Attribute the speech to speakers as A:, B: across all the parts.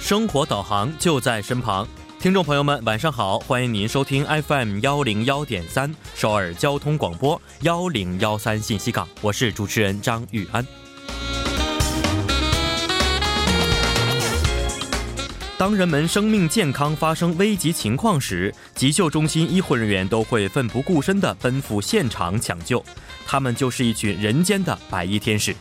A: 生活导航就在身旁。听众朋友们，晚上好，欢迎您收听 FM 幺零幺点三首尔交通广播幺零幺三信息港，我是主持人张玉安。当人们生命健康发生危急情况时，急救中心医护人员都会奋不顾身地奔赴现场抢救，他们就是一群人间的白衣天使。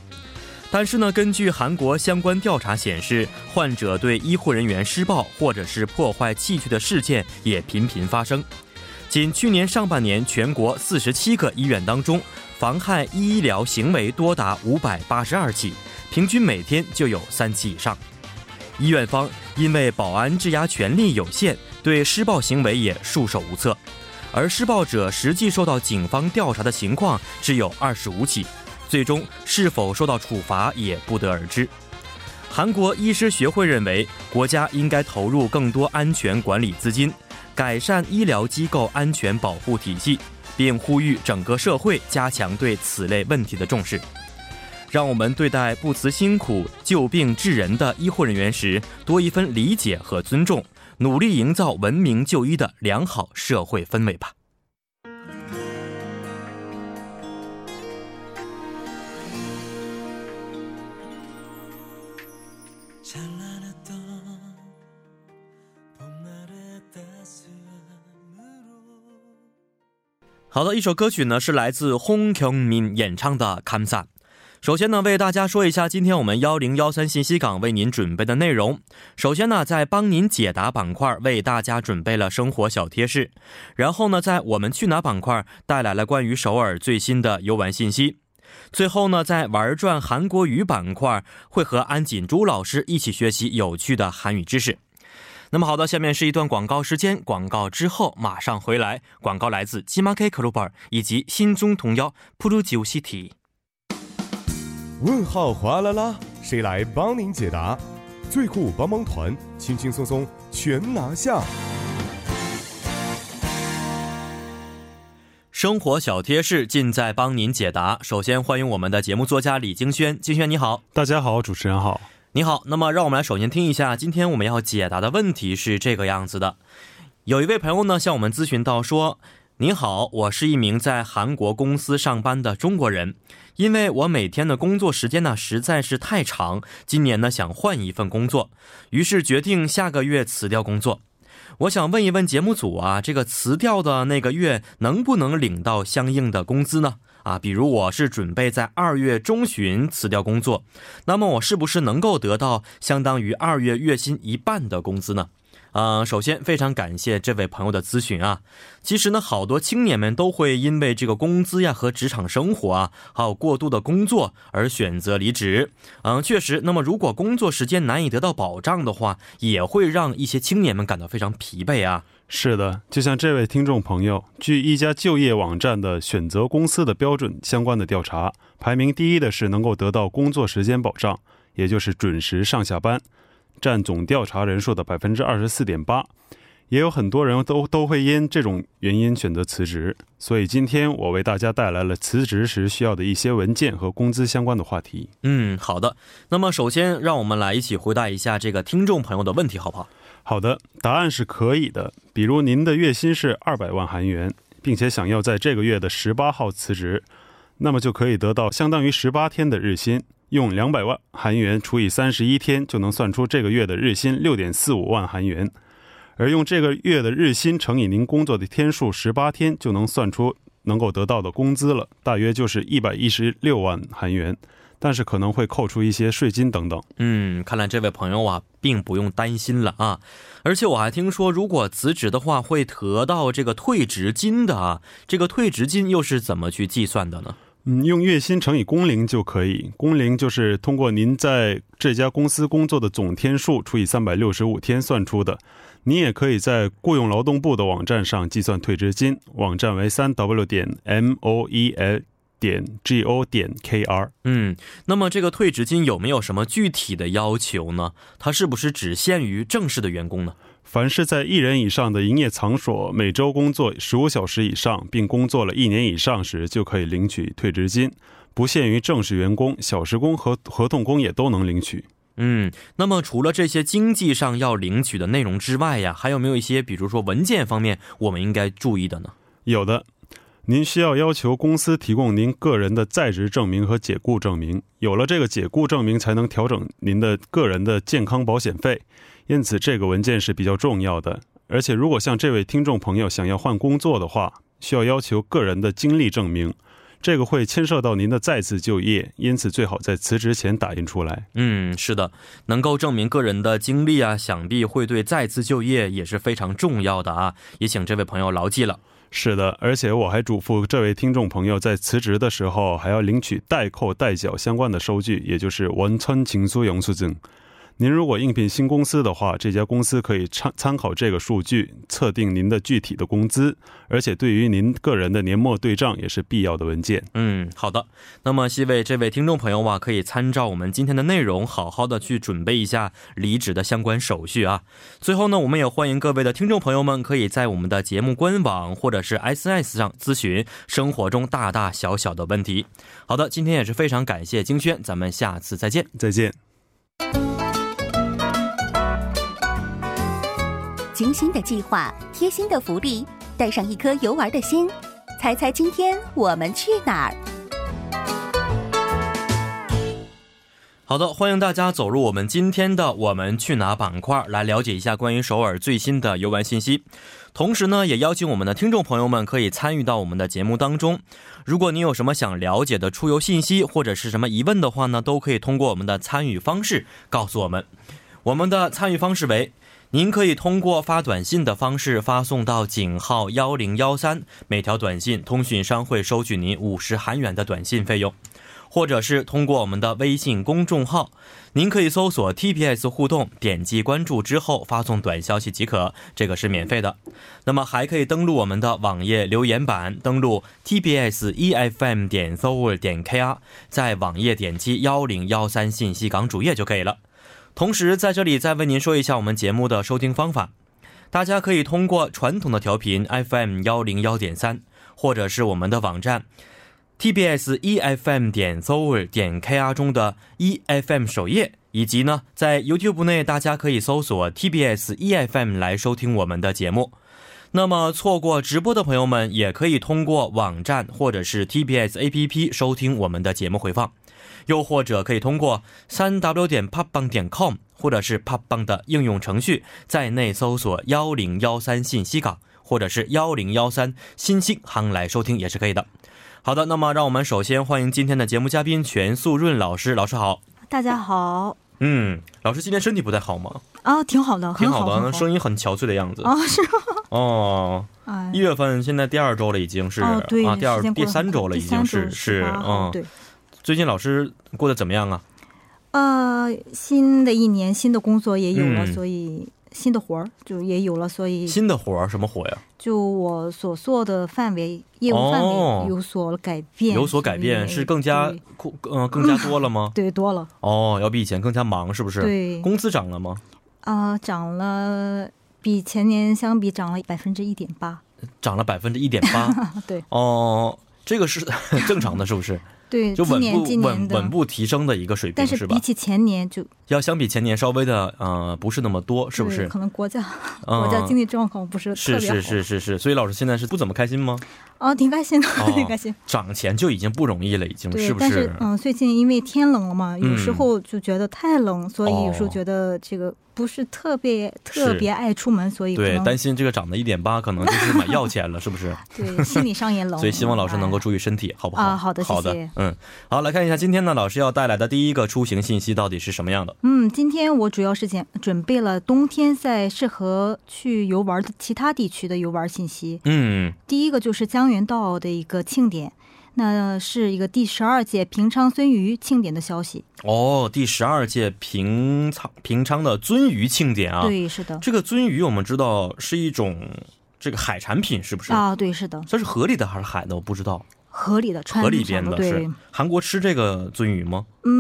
A: 但是呢，根据韩国相关调查显示，患者对医护人员施暴或者是破坏器具的事件也频频发生。仅去年上半年，全国四十七个医院当中，妨害医疗行为多达五百八十二起，平均每天就有三起以上。医院方因为保安质押权力有限，对施暴行为也束手无策，而施暴者实际受到警方调查的情况只有二十五起，最终是否受到处罚也不得而知。韩国医师学会认为，国家应该投入更多安全管理资金，改善医疗机构安全保护体系，并呼吁整个社会加强对此类问题的重视。让我们对待不辞辛苦救病治人的医护人员时，多一分理解和尊重，努力营造文明就医的良好社会氛围吧。好的，一首歌曲呢是来自 Hong k y o n g Min 演唱的《Come s a 首先呢，为大家说一下今天我们幺零幺三信息港为您准备的内容。首先呢，在帮您解答板块为大家准备了生活小贴士，然后呢，在我们去哪板块带来了关于首尔最新的游玩信息。最后呢，在玩转韩国语板块会和安锦珠老师一起学习有趣的韩语知识。那么好的，下面是一段广告时间，广告之后马上回来。广告来自 g m a k Club 以及新中童谣 Pro j u c i t y
B: 问号哗啦啦，谁来帮您解答？最酷帮帮团，轻轻松松全拿下。
A: 生活小贴士尽在帮您解答。首先欢迎我们的节目作家李京轩，京轩你好，
C: 大家好，主持人好，
A: 你好。那么让我们来首先听一下，今天我们要解答的问题是这个样子的。有一位朋友呢向我们咨询到说：“您好，我是一名在韩国公司上班的中国人，因为我每天的工作时间呢实在是太长，今年呢想换一份工作，于是决定下个月辞掉工作。我想问一问节目组啊，这个辞掉的那个月能不能领到相应的工资呢？啊，比如我是准备在二月中旬辞掉工作，那么我是不是能够得到相当于二月月薪一半的工资呢？呃，首先非常感谢这位朋友的咨询啊。其实呢，好多青年们都会因为这个工资呀和职场生活啊，还有过度的工作而选择离职。嗯、确实，那么如果工作时间难以得到保障的话，也会让一些青年们感到非常疲惫啊。
C: 是的，就像这位听众朋友，据一家就业网站的选择公司的标准相关的调查，排名第一的是能够得到工作时间保障，也就是准时上下班，占总调查人数的百分之二十四点八。也有很多人都都会因这种原因选择辞职，所以今天我为大家带来了辞职时需要的一些文件和工资相关的话题。
A: 嗯，好的。那么首先，让我们来一起回答一下这个听众朋友的问题，好不好？
C: 好的，答案是可以的。比如您的月薪是二百万韩元，并且想要在这个月的十八号辞职，那么就可以得到相当于十八天的日薪。用两百万韩元除以三十一天，就能算出这个月的日薪六点四五万韩元。而用这个月的日薪乘以您工作的天数十八天，就能算出能够得到的工资了，大约就是一百一十六万韩元。但是可能会扣除一些税金等等。
A: 嗯，看来这位朋友啊，并不用担心了啊。而且我还听说，如果辞职的话，会得到这个退职金的啊。这个退职金又是怎么去计算的呢？
C: 嗯，用月薪乘以工龄就可以。工龄就是通过您在这家公司工作的总天数除以三百六十五天算出的。你也可以在雇佣劳动部的网站上计算退职金，网站为三 w 点 m o e l 点 g o 点 k r。
A: 嗯，那么这个退职金有没有什么具体的要求呢？它是不是只限于正式的员工呢？
C: 凡是在一人以上的营业场所每周工作十五小时以上，并工作了一年以上时，就可以领取退职金，不限于正式员工、小时工和合同工也都能领取。
A: 嗯，那么除了这些经济上要领取的内容之外呀，还有没有一些，比如说文件方面，我们应该注意的呢？
C: 有的，您需要要求公司提供您个人的在职证明和解雇证明。有了这个解雇证明，才能调整您的个人的健康保险费。因此，这个文件是比较重要的。而且，如果像这位听众朋友想要换工作的话，需要要求个人的经历证明，这个会牵涉到您的再次就业，因此最好在辞职前打印出来。
A: 嗯，是的，能够证明个人的经历啊，想必会对再次就业也是非常重要的啊，也请这位朋友牢记了。
C: 是的，而且我还嘱咐这位听众朋友，在辞职的时候还要领取代扣代缴相关的收据，也就是원천징수영수증。您如果应聘新公司的话，这家公司可以参参考这个数据，测定您的具体的工资，而且对于您个人的年末对账也是必要的文件。
A: 嗯，好的。那么希为这位听众朋友啊，可以参照我们今天的内容，好好的去准备一下离职的相关手续啊。最后呢，我们也欢迎各位的听众朋友们，可以在我们的节目官网或者是 SNS 上咨询生活中大大小小的问题。好的，今天也是非常感谢金轩，咱们下次再见。
C: 再见。
D: 精心的计划，贴心的福利，带上一颗游玩的心，猜猜今天我们去哪儿？
A: 好的，欢迎大家走入我们今天的“我们去哪”板块，来了解一下关于首尔最新的游玩信息。同时呢，也邀请我们的听众朋友们可以参与到我们的节目当中。如果您有什么想了解的出游信息或者是什么疑问的话呢，都可以通过我们的参与方式告诉我们。我们的参与方式为：您可以通过发短信的方式发送到井号幺零幺三，每条短信通讯商会收取您五十韩元的短信费用。或者是通过我们的微信公众号，您可以搜索 TPS 互动，点击关注之后发送短消息即可，这个是免费的。那么还可以登录我们的网页留言板，登录 TPS EFM E 点 s o u r 点 KR，在网页点击幺零幺三信息港主页就可以了。同时在这里再为您说一下我们节目的收听方法，大家可以通过传统的调频 FM 幺零幺点三，或者是我们的网站。TBS EFM E 点 s o u r 点 KR 中的 EFM 首页，以及呢，在 YouTube 内大家可以搜索 TBS EFM E 来收听我们的节目。那么错过直播的朋友们，也可以通过网站或者是 TBS APP 收听我们的节目回放，又或者可以通过三 W 点 p o p b a n g 点 com 或者是 p o p b a n g 的应用程序，在内搜索幺零幺三信息港或者是幺零幺三新星行来收听也是可以的。好的，那么让我们首先欢迎今天的节目嘉宾全素润老师，老师好。
E: 大家好，
A: 嗯，老师今天身体不太好吗？
E: 啊，挺好的，
A: 挺
E: 很
A: 的，
E: 很
A: 声音很憔悴的样子。
E: 啊，是吗，
A: 哦，
E: 哎
A: 一，月份现在第二周了，已经是、
E: 哦，对，
A: 啊，第二
E: 时间过
A: 第
E: 得很
A: 三周
E: 快
A: 了，已
E: 第三
A: 经
E: 周
A: 是是
E: 18号
A: 嗯。
E: 对，
A: 最近老师过得怎么样啊？
E: 呃，新的一年新的工作也有了，
A: 嗯
E: 所以新的活儿就也有了，所以
A: 新的活儿什么活呀？
E: 就我所做的范围业务范
A: 哦
E: 围有所改变，
A: 有所改变，
E: 所以
A: 是更加
E: 对
A: 扩嗯、更加多了 吗？
E: 对多了，
A: 哦，要比以前更加忙是不是？
E: 对，
A: 工资涨了吗？
E: 啊，涨了。比前年相比涨了百分之一点八，
A: 涨了百分之一点八。
E: 对
A: 哦，这个是 正常的，是不是？
E: 对，
A: 就
E: 今
A: 稳
E: 年
A: 步
E: 今年
A: 稳
E: 的，
A: 稳步提升的一个水平
E: 但
A: 是
E: 是
A: 吧
E: 比？起前年就
A: 要相比前年稍微的呃不是那么多，是不
E: 对
A: 是？
E: 可能国家
A: 嗯
E: 国家经济状况不是特
A: 是
E: 别好，
A: 是是是是，所以老师现在是不怎么开心吗？
E: 哦，挺开心的，
A: 哦
E: 挺开心。
A: 涨钱就已经不容易了，已经
E: 对，
A: 是不
E: 但是嗯，最近因为天冷了嘛，有时
A: 嗯
E: 候就觉得太冷，所以有时
A: 哦
E: 候觉得这个不是特别特
A: 是
E: 别爱出门，所以可
A: 对，
E: 能
A: 担心这个涨到一点八，可能就是买药钱了，是不 是？
E: 对心理上也冷。
A: 所以希望老师能够
E: 哎
A: 注意身体，好不好？
E: 啊好的
A: 好的
E: 谢谢，
A: 嗯，好，来看一下今天呢，老师要带来的第一个出行信息到底是什么样的？
E: 嗯，今天我主要是讲准备了冬天在适合去游玩的其他地区的游玩信息。
A: 嗯，
E: 第一个就是江原道的一个庆典，那是一个第十二届平昌鳟鱼庆典的消息。
A: 哦，第十二届平昌平昌的鳟鱼庆典啊，
E: 对，是的，
A: 这个鳟鱼我们知道是一种这个海产品，是不是？
E: 啊，对，是的，
A: 它是河里的还是海的？我不知道。
E: 河里的川
A: 河里
E: 上
A: 边的
E: 对
A: 是，韩国吃这个鳟鱼吗？
E: 嗯，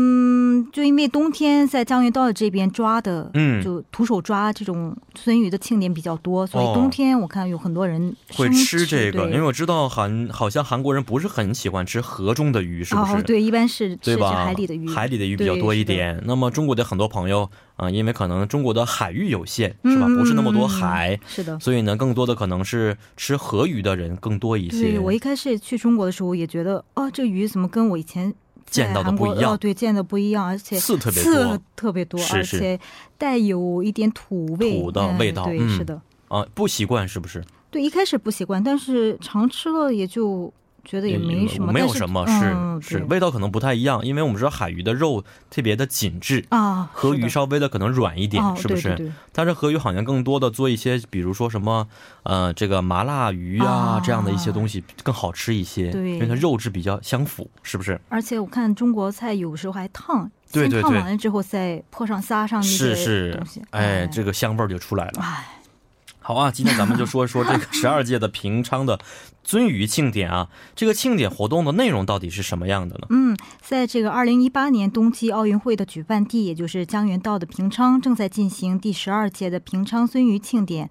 E: 们就因为冬天在江原道这边抓的，
A: 嗯
E: 就徒手抓这种鳟鱼的庆典比较多，所以冬天我看有很多人
A: 哦会
E: 生
A: 吃这个，
E: 对
A: 因为我知道韩好像韩国人不是很喜欢吃河中的鱼，是不是？
E: 哦，对，一般是
A: 对
E: 吃吃
A: 吧？
E: 海里的鱼，
A: 海里的鱼比较
E: 对
A: 多一。
E: 是的
A: 点。那么中国的很多朋友啊、因为可能中国的海域有限，是吧？
E: 嗯
A: 不是那么多
E: 嗯嗯
A: 海，
E: 是的，
A: 所以呢，更多的可能是吃河鱼的人更多一些
E: 对。我一开始去中国的时候也觉得，哦，这鱼怎么跟我以前在
A: 见到的
E: 韩国
A: 不一样
E: 哦，对，见的不一样，而且
A: 刺特别多
E: 刺特别多，
A: 是是
E: 而且带有一点土味，
A: 土的
E: 嗯
A: 味道
E: 对，
A: 嗯
E: 是的，
A: 啊，不习惯是不是？
E: 对，一开始不习惯，但是常吃了也就觉得也没什么，
A: 没有
E: 但是
A: 什么，
E: 嗯、
A: 是是
E: 对
A: 味道可能不太一样，因为我们知道海鱼的肉特别的紧致。
E: 啊，
A: 河鱼
E: 是的
A: 稍微的可能软一点，
E: 哦、
A: 是不是？
E: 对对对
A: 但是河鱼好像更多的做一些，比如说什么，呃，这个麻辣鱼啊
E: 啊
A: 这样的一些东西更好吃一些，
E: 对啊
A: 因为它肉质比较相符，是不是？
E: 而且我看中国菜有时候还烫，
A: 对对
E: 先烫
A: 对
E: 完了之后再泼上撒上那
A: 是
E: 些
A: 是
E: 东西，，
A: 哎，这个香味儿就出来了。
E: 哎，
A: 好啊，今天咱们就说一说这个十二届的平昌的鳟鱼庆典啊，这个庆典活动的内容到底是什么样的呢？
E: 嗯，在这个二零一八年冬季奥运会的举办地，也就是江原道的平昌，正在进行第十二届的平昌鳟鱼庆典。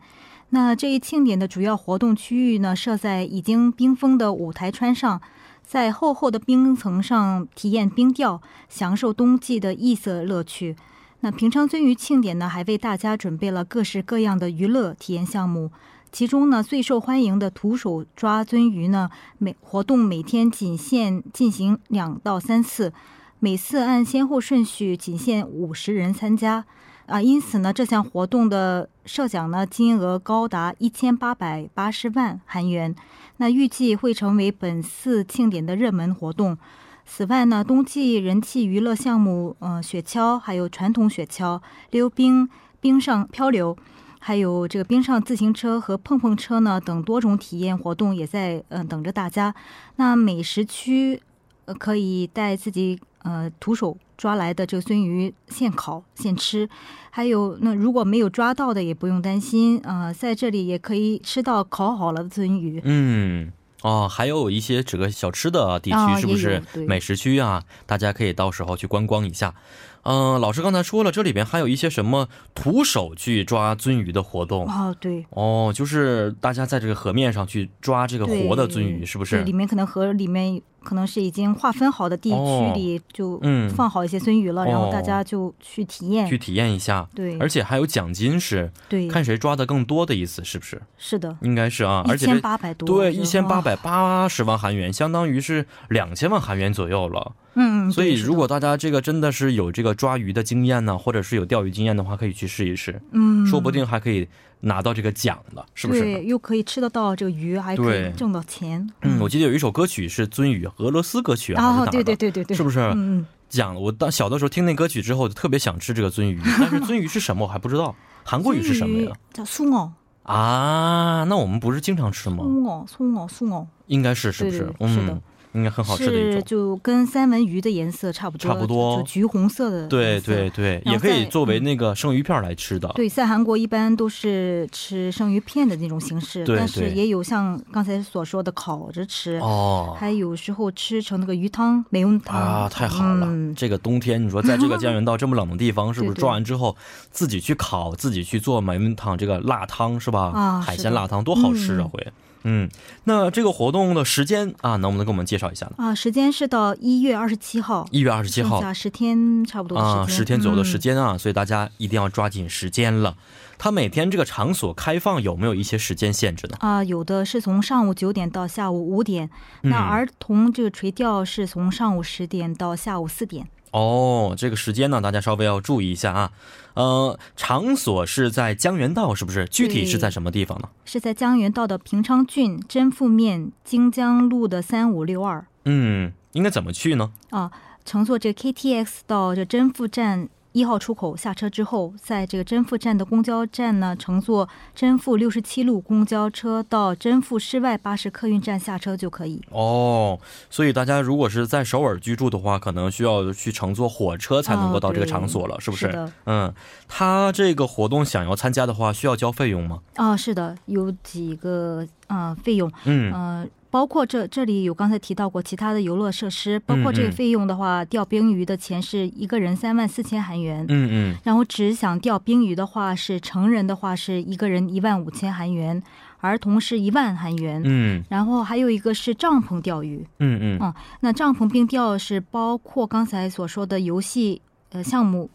E: 那这一庆典的主要活动区域呢，设在已经冰封的五台川上，在厚厚的冰层上体验冰钓，享受冬季的异色乐趣。那平昌鳟鱼庆典呢，还为大家准备了各式各样的娱乐体验项目。其中呢，最受欢迎的徒手抓鳟鱼呢，每活动每天仅限进行两到三次，每次按先后顺序仅限五十人参加。啊，因此呢，这项活动的设奖呢金额高达一千八百八十万韩元，那预计会成为本次庆典的热门活动。此外呢，冬季人气娱乐项目，呃，雪橇，还有传统雪橇、溜冰、冰上漂流，还有这个冰上自行车和碰碰车呢等多种体验活动也在嗯、呃等着大家。那美食区呃可以带自己呃徒手抓来的这个鳟鱼现烤现吃，还有那如果没有抓到的也不用担心，呃，在这里也可以吃到烤好了的鳟鱼。
A: 嗯。哦，还有一些这个小吃的地
E: 啊
A: 区，是不
E: 也
A: 是
E: 有对
A: 美食区啊？大家可以到时候去观光一下。嗯、老师刚才说了，这里边还有一些什么徒手去抓鳟鱼的活动
E: 哦，对。
A: 哦，就是大家在这个河面上去抓这个
E: 对
A: 活的鳟鱼，是不
E: 对
A: 是
E: 里？面可能和里面可能是已经划分好的地
A: 哦
E: 区里就
A: 嗯
E: 放好一些鳟鱼了，然
A: 哦
E: 后大家就去体验。
A: 去体验一下，
E: 对，
A: 而且还有奖金是
E: 对，
A: 看谁抓的更多的意思，是不是？
E: 是的，
A: 应该是啊，而
E: 一
A: 且这
E: 千八百多，
A: 对，
E: 就
A: 一千八，
E: 哇
A: 百八十万韩元，相当于是两千万韩元左右了。
E: 嗯嗯，
A: 所以，
E: 对是的
A: 如果大家这个真的是有这个抓鱼的经验呢，或者是有钓鱼经验的话，可以去试一试，
E: 嗯，
A: 说不定还可以拿到这个奖呢，是不是？
E: 对，又可以吃得到这个鱼，还可
A: 对
E: 以挣到钱。
A: 嗯，我记得有一首歌曲是鳟鱼，俄罗斯歌曲啊，还是
E: 啊，
A: 哪儿的
E: 对对对对对，
A: 是不是？
E: 嗯嗯，
A: 讲我当小的时候听那歌曲之后，就特别想吃这个鳟鱼，但是鳟鱼是什么我还不知道，韩国语是什么呀？？
E: 叫松螯，
A: 啊，那我们不是经常吃吗？
E: 松螯，松螯，松螯，
A: 应该是，是不是？
E: 对对嗯是的
A: 嗯，应该很好吃的一
E: 是
A: 种。
E: 就跟三文鱼的颜色差不多，
A: 差不多
E: 就就橘红色的，
A: 对对。对，
E: 然后
A: 也可以
E: 再嗯
A: 作为那个生鱼片儿来吃的。
E: 对，在韩国一般都是吃生鱼片的那种形式，
A: 对
E: 但
A: 对
E: 是也有像刚才所说的烤着吃，
A: 哦
E: 还有时候吃成那个鱼汤、梅用汤
A: 啊，太好了！
E: 嗯，
A: 这个冬天，你说在这个 江原道这么冷的地方，是不是
E: 对对
A: 抓完之后自己去烤，自己去做马云汤这个辣汤是吧？
E: 啊
A: 海
E: 是
A: 鲜
E: 的
A: 辣汤多好吃啊！
E: 嗯
A: 会，嗯，那这个活动的时间啊，能不能给我们介绍一下呢？
E: 啊，时间是到一月二十七号，
A: 一月二十七号
E: 剩下十天差不多
A: 啊，
E: 的
A: 十
E: 时间，
A: 天左右的时
E: 嗯。
A: 间啊，所以大家一定要抓紧时间了。它每天这个场所开放有没有一些时间限制呢？
E: 啊，有的是从上午九点到下午五点，
A: 嗯
E: 那儿童这个垂钓是从上午十点到下午四点。
A: 哦，这个时间呢，大家稍微要注意一下啊。呃，场所是在江原道，是不是？具体是在什么地方呢？
E: 是在江原道的平昌郡真富面京江路的三五六二，
A: 嗯，应该怎么去呢？
E: 啊，乘坐这 KTX 到这真富站一号出口下车之后，在这个真富站的公交站呢，乘坐真富六十七路公交车到真富市外巴士客运站下车就可以。
A: 哦，所以大家如果是在首尔居住的话，可能需要去乘坐火车才能够到这个场所了，
E: 哦对
A: 是不是？
E: 是的
A: 嗯，他这个活动想要参加的话，需要交费用吗？
E: 啊，是的，有几个呃费用，
A: 嗯，
E: 呃，包括这这里有刚才提到过其他的游乐设施，包括
A: 嗯
E: 这个
A: 嗯
E: 费用的话，钓冰鱼的钱是一个人三万四千韩元，
A: 嗯
E: 然后只想钓冰鱼的话是成人的话是一个人一万五千韩元，儿童是一万韩元。
A: 嗯嗯
E: 然后还有一个是帐篷钓鱼，
A: 嗯嗯，
E: 嗯，那帐篷冰钓是包括刚才所说的游戏呃项目，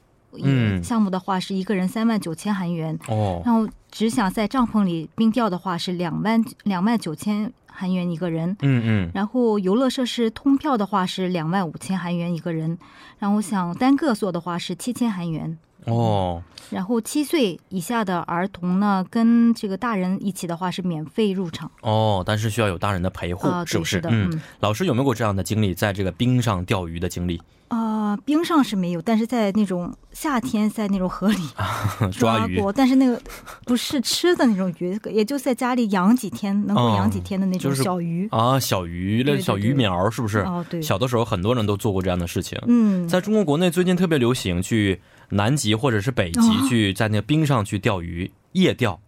A: 嗯
E: 项目的话是一个人三万九千韩元，
A: 哦，
E: 然后只想在帐篷里冰钓的话是两万两万九千韩元一个人，
A: 嗯嗯
E: 然后游乐设施通票的话是两万五千韩元一个人，然后想单个坐的话是七千韩元。
A: 哦，
E: 然后七岁以下的儿童呢，跟这个大人一起的话是免费入场
A: 哦，但是需要有大人的陪护，
E: 啊、对
A: 是不是？
E: 的，
A: 嗯，老师有没有过这样的经历，在这个冰上钓鱼的经历，
E: 啊、冰上是没有，但是在那种夏天，在那种河里
A: 啊抓鱼？
E: 过，但是那个不是吃的那种鱼，也就在家里养几天，能够养几天的那
A: 哦就
E: 种
A: 是
E: 小鱼。
A: 啊，小鱼
E: 对
A: 类、
E: 对
A: 小鱼苗是不是？
E: 哦，对，
A: 小的时候，很多人都做过这样的事情。
E: 嗯，
A: 在中国国内最近特别流行去南极或者是北极
E: 哦
A: 去在那冰上去钓鱼，夜钓。嗯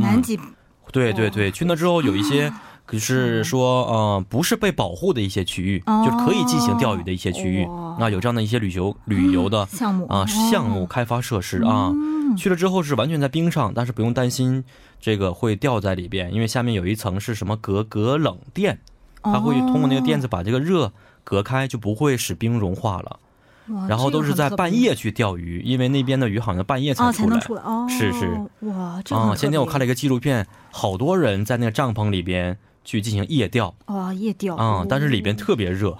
E: 南极
A: 对对对，去那之后有一些，
E: 啊
A: 可是说，呃，不是被保护的一些区域，
E: 哦
A: 就是可以进行钓鱼的一些区域，
E: 哇嗯
A: 那有这样的一些旅游旅游的
E: 项目哦
A: 啊项目开发设施
E: 嗯
A: 啊。去了之后是完全在冰上，但是不用担心这个会掉在里边，因为下面有一层是什么隔隔冷垫，它会通过那个垫
E: 子，
A: 子把这个热隔开，就不会使冰融化了。
E: 哦哇
A: 然后都是在半。
E: 啊这个很特别
A: 夜去钓鱼，因为那边的鱼好像半夜才
E: 哦，才
A: 出来
E: 能。出来哦！
A: 是是，
E: 哇，这
A: 啊、
E: 个很特别
A: 前天我看了一个纪录片，好多人在那个帐篷里边去进行夜钓
E: 哇夜钓
A: 啊、但是里边特别热，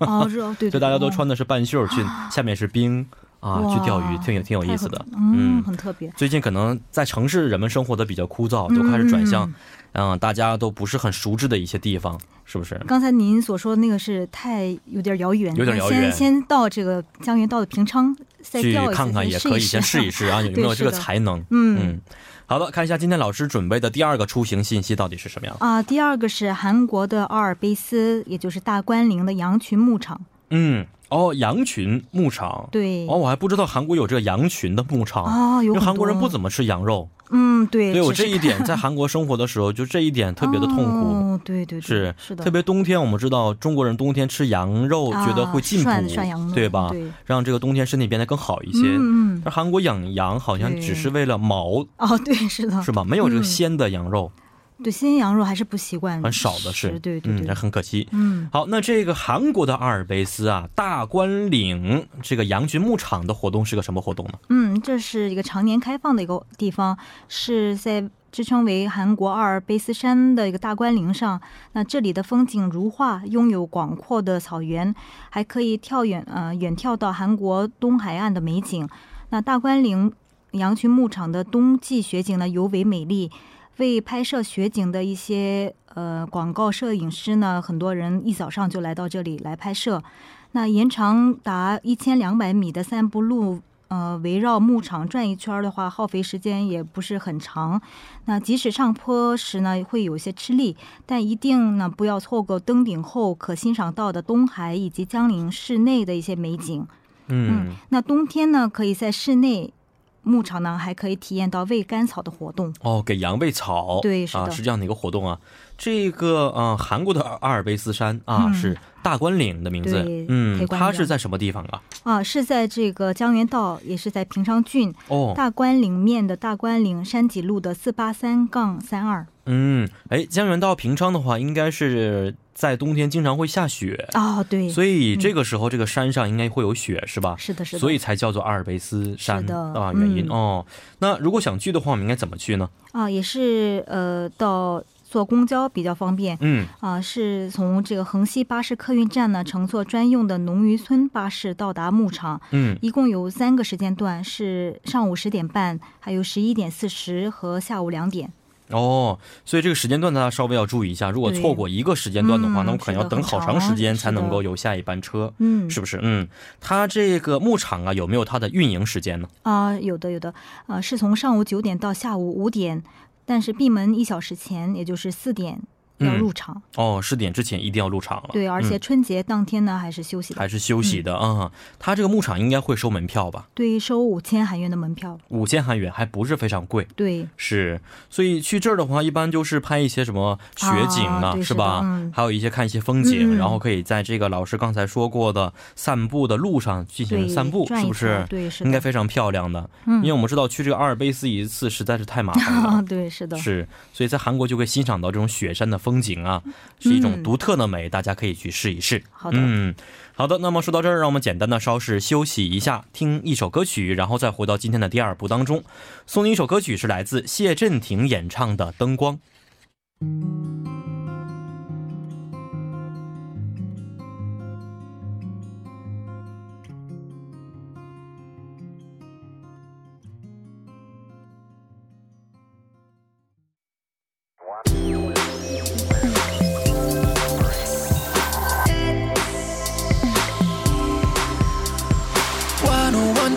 E: 哦热哦 对，对
A: 所以大家都
E: 哦
A: 穿的是半袖儿去，下面是冰啊，
E: 哇
A: 去钓鱼挺有挺有意思的
E: 太。好嗯
A: 嗯，
E: 很特别。
A: 最近可能在城市人们生活的比较枯燥，都开始转向，嗯、大家都不是很熟知的一些地方，是不是？
E: 刚才您所说的那个是太有点遥远，
A: 有点遥远
E: 先先到这个江原道的平昌再
A: 去
E: 钓一次，
A: 看看也可以，先试一试
E: 试。
A: 啊，有没有
E: 对
A: 这个
E: 是的
A: 才能？
E: 嗯
A: 嗯，好的，看一下今天老师准备的第二个出行信息到底是什么样的。
E: 啊、第二个是韩国的奥尔卑斯，也就是大关岭的羊群牧场。
A: 嗯，哦，羊群牧场。
E: 对，
A: 哦，我还不知道韩国有这个羊群的牧场。
E: 哦有
A: 因为
E: 很多
A: 韩国人不怎么吃羊肉，
E: 嗯，对，
A: 对我
E: 只
A: 这
E: 是
A: 一点在韩国生活的时候，就这一点特别的痛苦。
E: 哦，对对对，
A: 是
E: 是的，
A: 特别冬天，我们知道中国人冬天吃羊肉，觉得会进补，
E: 啊涮涮羊肉
A: 对吧？
E: 对，
A: 让这个冬天身体变得更好一些。
E: 嗯嗯，
A: 但韩国养羊好像
E: 对
A: 只是为了毛，
E: 哦，对，是的，
A: 是吧？没有这个
E: 嗯
A: 鲜的羊肉，
E: 对，鲜羊肉还是不习惯，
A: 很少的是，
E: 嗯对对
A: 嗯，
E: 对
A: 那，很可惜。
E: 嗯
A: 好，那这个韩国的阿尔卑斯啊，大关岭这个羊群牧场的活动是个什么活动呢？
E: 嗯，这是一个常年开放的一个地方，是在支撑为韩国阿尔卑斯山的一个大关岭上。那这里的风景如画，拥有广阔的草原，还可以跳远呃远眺到韩国东海岸的美景。那大关岭羊群牧场的冬季雪景呢尤为美丽。为拍摄雪景的一些呃广告摄影师呢，很多人一早上就来到这里来拍摄。那延长达一千两百米的散步路呃，围绕牧场转一圈儿的话，耗费时间也不是很长。那即使上坡时呢，会有一些吃力，但一定呢不要错过登顶后可欣赏到的东海以及江陵市内的一些美景。
A: 嗯
E: 嗯那冬天呢，可以在室内牧场呢，还可以体验到喂干草的活动。
A: 哦，给羊喂草，
E: 对是的
A: 啊，是这样的一个活动啊。这个呃，韩国的阿尔卑斯山啊，
E: 嗯
A: 是大关岭的名字
E: 对，
A: 嗯
E: 铁，关
A: 它
E: 岭
A: 是在什么地方啊？
E: 啊，是在这个江原道，也是在平昌郡
A: 哦，
E: 大关岭面的大关岭山脊路的四八三杠三二
A: 嗯，哎，江原到平昌的话，应该是在冬天经常会下雪，
E: 哦，对，
A: 所以这个时候这个山上应该会有雪，是吧？
E: 是的，是的，
A: 所以才叫做阿尔卑斯山
E: 是的
A: 啊，原因、
E: 嗯
A: 哦。那如果想去的话，我们应该怎么去呢？
E: 啊，也是呃，到坐公交比较方便
A: 嗯，
E: 啊，是从这个横溪巴士客运站呢乘坐专用的农渔村巴士到达牧场，
A: 嗯，
E: 一共有三个时间段，是上午十点半，还有十一点四十和下午两点。
A: 哦，所以这个时间段大家稍微要注意一下，如果
E: 对
A: 错过一个时间段的话，
E: 嗯
A: 那我可能要等好
E: 是的很
A: 长
E: 长
A: 时间才
E: 是的
A: 能够有下一班车，
E: 嗯，
A: 是不是？嗯，它这个牧场啊，有没有它的运营时间呢？
E: 啊，有的有的，呃，是从上午九点到下午五点，但是闭门一小时前，也就是四点。要
A: 嗯
E: 入场。
A: 哦，十点之前一定要入场了。
E: 对，而且嗯
A: 嗯
E: 春节当天呢还是休息的，
A: 还是休息的啊、他这个牧场应该会收门票吧？
E: 对，收五千韩元的门票。
A: 五千韩元还不是非常贵。
E: 对，
A: 是，所以去这儿的话，一般就是拍一些什么雪景啊，
E: 啊对
A: 是吧
E: 是的嗯
A: 还有一些看一些风景、
E: 嗯嗯
A: 然后可以在这个老师刚才说过的散步的路上进行
E: 对，
A: 散步，
E: 转
A: 是
E: 一
A: 不
E: 圈
A: 是？
E: 对，是的。
A: 应该非常漂亮的、
E: 嗯
A: 因为我们知道去这个阿尔卑斯一次实在是太麻烦 了。
E: 啊，对，是的。
A: 是，所以在韩国就可以欣赏到这种雪山的风景啊，是一种
E: 嗯
A: 独特的美，大家可以去试一试。
E: 好的
A: 嗯，好的。那么说到这儿，让我们简单的稍事休息一下，听一首歌曲，然后再回到今天的第二部当中。送你一首歌曲，是来自谢震廷演唱的《灯光》。
F: 101.3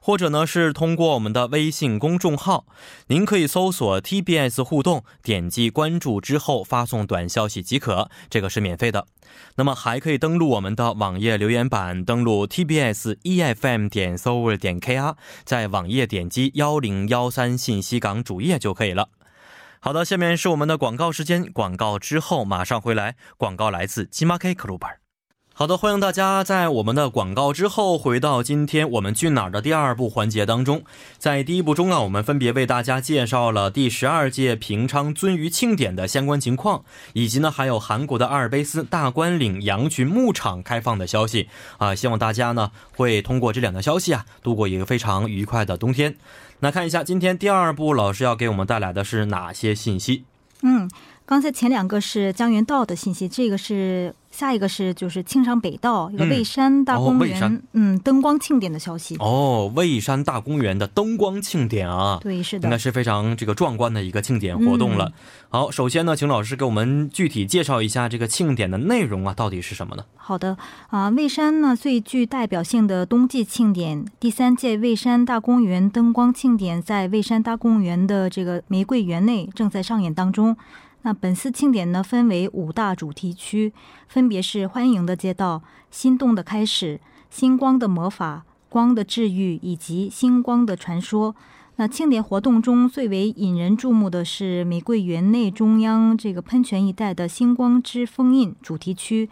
A: 或者呢是通过我们的微信公众号，您可以搜索 TBS 互动，点击关注之后发送短消息即可，这个是免费的。那么还可以登录我们的网页留言板，登录 tbs efm E 点 s o u r 点 kr，在网页点击幺零幺三信息港主页就可以了。好的，下面是我们的广告时间，广告之后马上回来。广告来自 g m a K Club。好的，欢迎大家在我们的广告之后回到今天我们去哪儿的第二部环节当中。在第一部中啊，我们分别为大家介绍了第十二届平昌鳟鱼庆典的相关情况，以及呢还有韩国的阿尔卑斯大关岭羊群牧场开放的消息啊、希望大家呢会通过这两条消息啊，度过一个非常愉快的冬天。那看一下今天第二部老师要给我们带来的是哪些信息？
E: 嗯，刚才前两个是江原道的信息，这个是下一个是就是庆尚北道一个
A: 嗯
E: 蔚山大
A: 哦
E: 公
A: 蔚
E: 园，
A: 山
E: 嗯灯光庆典的消息。
A: 哦，蔚山大公园的灯光庆典啊。
E: 对，是
A: 应该
E: 的，嗯
A: 是非常这个壮观的一个庆典活动了。好，首先呢，请老师给我们具体介绍一下这个庆典的内容啊，到底是什么呢？
E: 好的啊。蔚山呢最具代表性的冬季庆典，第三届蔚山大公园灯光庆典在蔚山大公园的这个玫瑰园内正在上演当中。那本次庆典呢分为五大主题区，分别是欢迎的街道、心动的开始、星光的魔法、光的治愈以及星光的传说。那庆典活动中最为引人注目的是玫瑰园内中央这个喷泉一带的“星光之封印”主题区。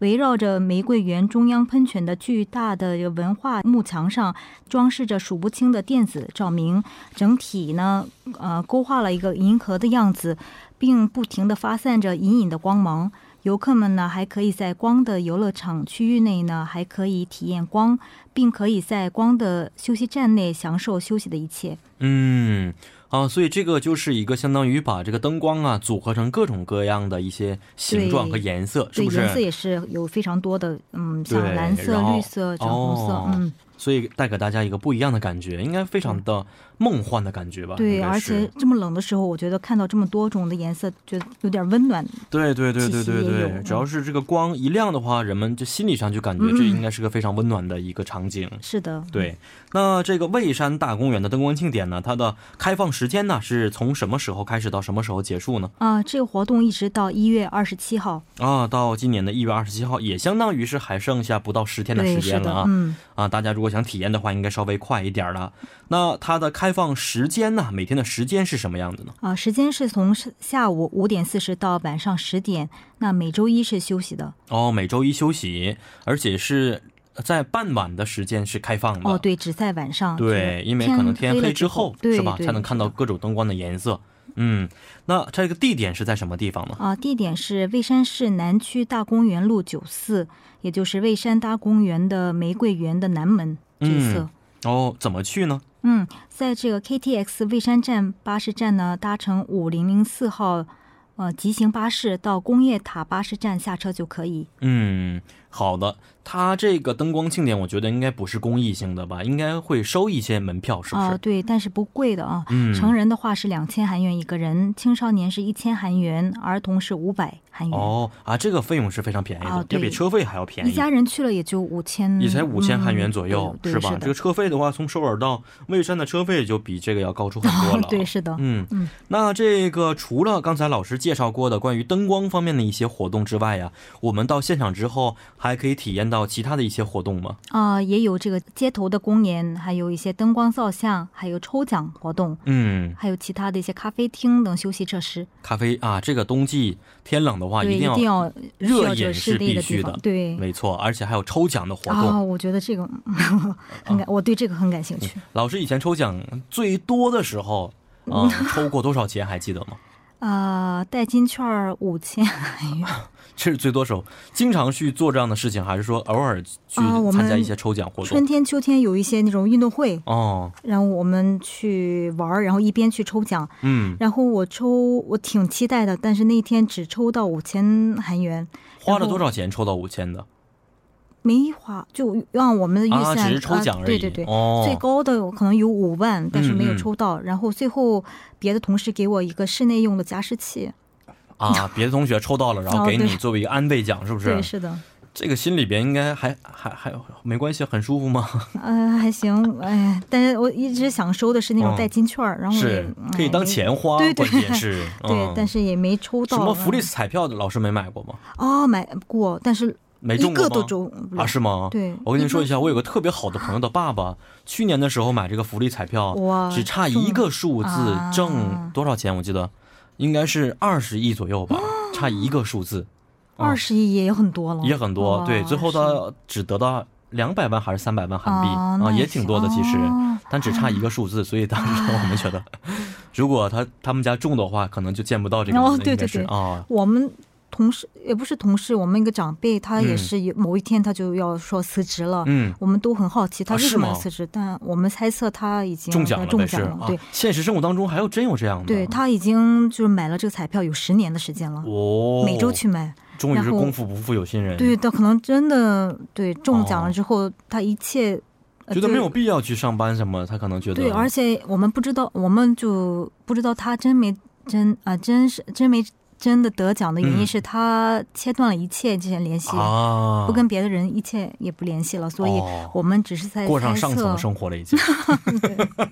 E: 围绕着玫瑰园中央喷泉的巨大的这个文化幕墙上，装饰着数不清的电子照明，整体呢，呃，勾画了一个银河的样子，并不停地发散着隐隐的光芒。游客们呢，还可以在光的游乐场区域内呢，还可以体验光，并可以在光的休息站内享受休息的一切。
A: 嗯，啊，所以这个就是一个相当于把这个灯光啊组合成各种各样的一些形状和颜色，是
E: 对，
A: 不是？
E: 颜色也是有非常多的，嗯，像
A: 对
E: 蓝色
A: 然、后
E: 绿色、粉红色，
A: 哦
E: 嗯，
A: 所以带给大家一个不一样的感觉，应该非常的梦幻的感觉吧？
E: 对，
A: 应该
E: 而
A: 啊是
E: 且这么冷的时候，我觉得看到这么多种的颜色，觉得有点温暖。
A: 对对对对对
E: 气息也有
A: 对，
E: 嗯
A: 只要是这个光一亮的话，人们就心理上就感觉这应该是个非常温暖的一个场景。
E: 是的，
A: 对，那这个蔚山大公园的灯光庆典呢，它的开放时间呢是从什么时候开始到什么时候结束呢？
E: 啊、这个活动一直到一月二十七号，
A: 啊，到今年的一月二十七号，也相当于是还剩下不到十天的时
E: 对，是
A: 间了
E: 的
A: 啊。，
E: 嗯，
A: 啊，大家如果想体验的话，应该稍微快一点儿了。那它的开放时间呢？每天的时间是什么样的呢？
E: 啊、时间是从是下午五点四十到晚上十点，那每周一是休息的。
A: 哦，每周一休息，而且是在傍晚的时间是开放的。
E: 哦，对，只在晚上。
A: 对，
E: 是
A: 因为可能天
E: 黑
A: 黑
E: 了
A: 之
E: 后
A: 后，，
E: 对
A: 是吧，
E: 对
A: 才能看到
E: 是的
A: 各种灯光的颜色。嗯，那这个地点是在什么地方呢？
E: 啊、地点是蔚山市南区大公园路九四，也就是蔚山大公园的玫瑰园的南门这一侧。
A: 嗯哦，怎么去呢？
E: 嗯，在这个 KTX 蔚山站巴士站呢，搭乘五零零四号呃急行巴士到工业塔巴士站下车就可以。
A: 嗯，好的，它这个灯光庆典，我觉得应该不是公益性的吧，应该会收一些门票，是不
E: 啊、
A: 是？
E: 对，但是不贵的啊。
A: 嗯
E: 成人的话是两千韩元一个人，青少年是一千韩元，儿童是五百韩元。
A: 哦啊，这个费用是非常便宜的，
E: 啊
A: 要
E: 对
A: 比车费还要便
E: 一
A: 宜。
E: 家人去了也就五千，
A: 也才
E: 嗯
A: 五千韩元左右，
E: 对
A: 是
E: 对
A: 吧？
E: 的
A: 这个车费的话，从首尔到蔚山的车费就比这个要高出很多了。
E: 对，是的。
A: 嗯
E: 嗯，
A: 那这个除了刚才老师介绍过的关于灯光方面的一些活动之外呀，啊我们到现场之后还可以体验到其他的一些活动吗？
E: 啊、也有这个街头的公演，还有一些灯光造像，还有抽奖活动，
A: 嗯，
E: 还有其他的一些咖啡厅等休息设施。
A: 咖啡啊，这个冬季天冷的话，啊
E: 对，
A: 一
E: 一
A: 定要
E: 要
A: 热
E: 热
A: 饮
E: 者
A: 是
E: 室
A: 必
E: 内
A: 须
E: 地
A: 的
E: 方。，对。
A: 没错，而且还有抽奖的活
E: 啊、
A: 动。啊
E: 我觉得这 个很感，我对这个很感兴趣。
A: 老师以前抽奖最多的时 候啊、抽过多少钱还记得吗？嗯
E: 啊、代金券儿五千韩元。
A: 这是最多时候，经常去做这样的事情，还是说偶尔去
E: 啊我们
A: 参加一些抽奖活动？
E: 春天、秋天有一些那种运动会，
A: 哦，
E: 然后我们去玩儿，然后一边去抽奖。
A: 嗯，
E: 然后我抽，我挺期待的，但是那天只抽到五千韩元，
A: 花了多少钱抽到五千的？
E: 没花，就让我们的预
A: 啊，
E: 算、
A: 只是抽奖而已。
E: 啊对对对，
A: 哦，
E: 最高的可能有五万，但是没有
A: 嗯
E: 抽到。然后最后别的同事给我一个室内用的加湿器，
A: 啊，别的同学抽到了，然后
E: 哦
A: 给你
E: 对
A: 作为一个安慰奖，是啊不
E: 对，
A: 是？
E: 是的，
A: 这个心里边应该还还还没关系，很舒服吗？
E: 呃，还行，哎，但是我一直想收的是那种
A: 嗯
E: 代金券儿，然后我 也
A: 是可以当、钱花，
E: 嗯对对
A: 关键是
E: 哎没对，但
A: 是
E: 是也没抽到
A: 什么福利彩票的老师没买过吗？
E: 哦，买过，但是
A: 没
E: 一
A: 中过吗
E: 个都中不了
A: 啊，是吗？
E: 对
A: 我跟您
E: 一个
A: 说一下，我有个特别好的朋友的爸爸，去年的时候买这个福利彩票
E: 哇，
A: 只差一个数字
E: 啊
A: 挣多少钱？我记得应该是二十亿左右吧，差一个数字
E: 二十亿也很多了，哦
A: 也很多。对，最后
E: 的
A: 他只得到两百万还是三百万韩币
E: 啊
A: 啊，
E: 那
A: 也
E: 也
A: 挺
E: 行
A: 多的其实
E: 哦，
A: 但只差一个数字，所以当时我们觉 得， 如果他他们家中的话，可能就见不到这个人
E: 哦
A: 了，
E: 对
A: 应该
E: 对
A: 是
E: 对
A: 啊。
E: 我们同事也不是同事，我们一个长辈，他也是有某一天他就要说辞职了。
A: 嗯
E: 我们都很好奇他
A: 啊
E: 为
A: 是
E: 什么
A: 吗
E: 要辞职，但我们猜测他已经
A: 中奖了呗，
E: 中
A: 是
E: 奖了，
A: 啊
E: 对、！
A: 现实生活当中还有真有这样的，
E: 对，他已经就是买了这个彩票有十年的时间了，
A: 哦，
E: 每周去买。
A: 终于是
E: 然后
A: 功夫不负有心人，
E: 对，他可能真的对中奖
A: 哦
E: 了之后，他一切、
A: 觉
E: 呃
A: 得
E: 就
A: 没有必要去上班什么，他可能觉得
E: 对，而且我们不知道，我们就不知道他真没真啊、真是真没真的得奖的原
A: 嗯
E: 因是他切断了一切这些联系。
A: 啊，
E: 不跟别的人一切也不联系了，所以
A: 哦
E: 我们只是在
A: 过上
E: 猜
A: 上
E: 测
A: 层生活了已 经。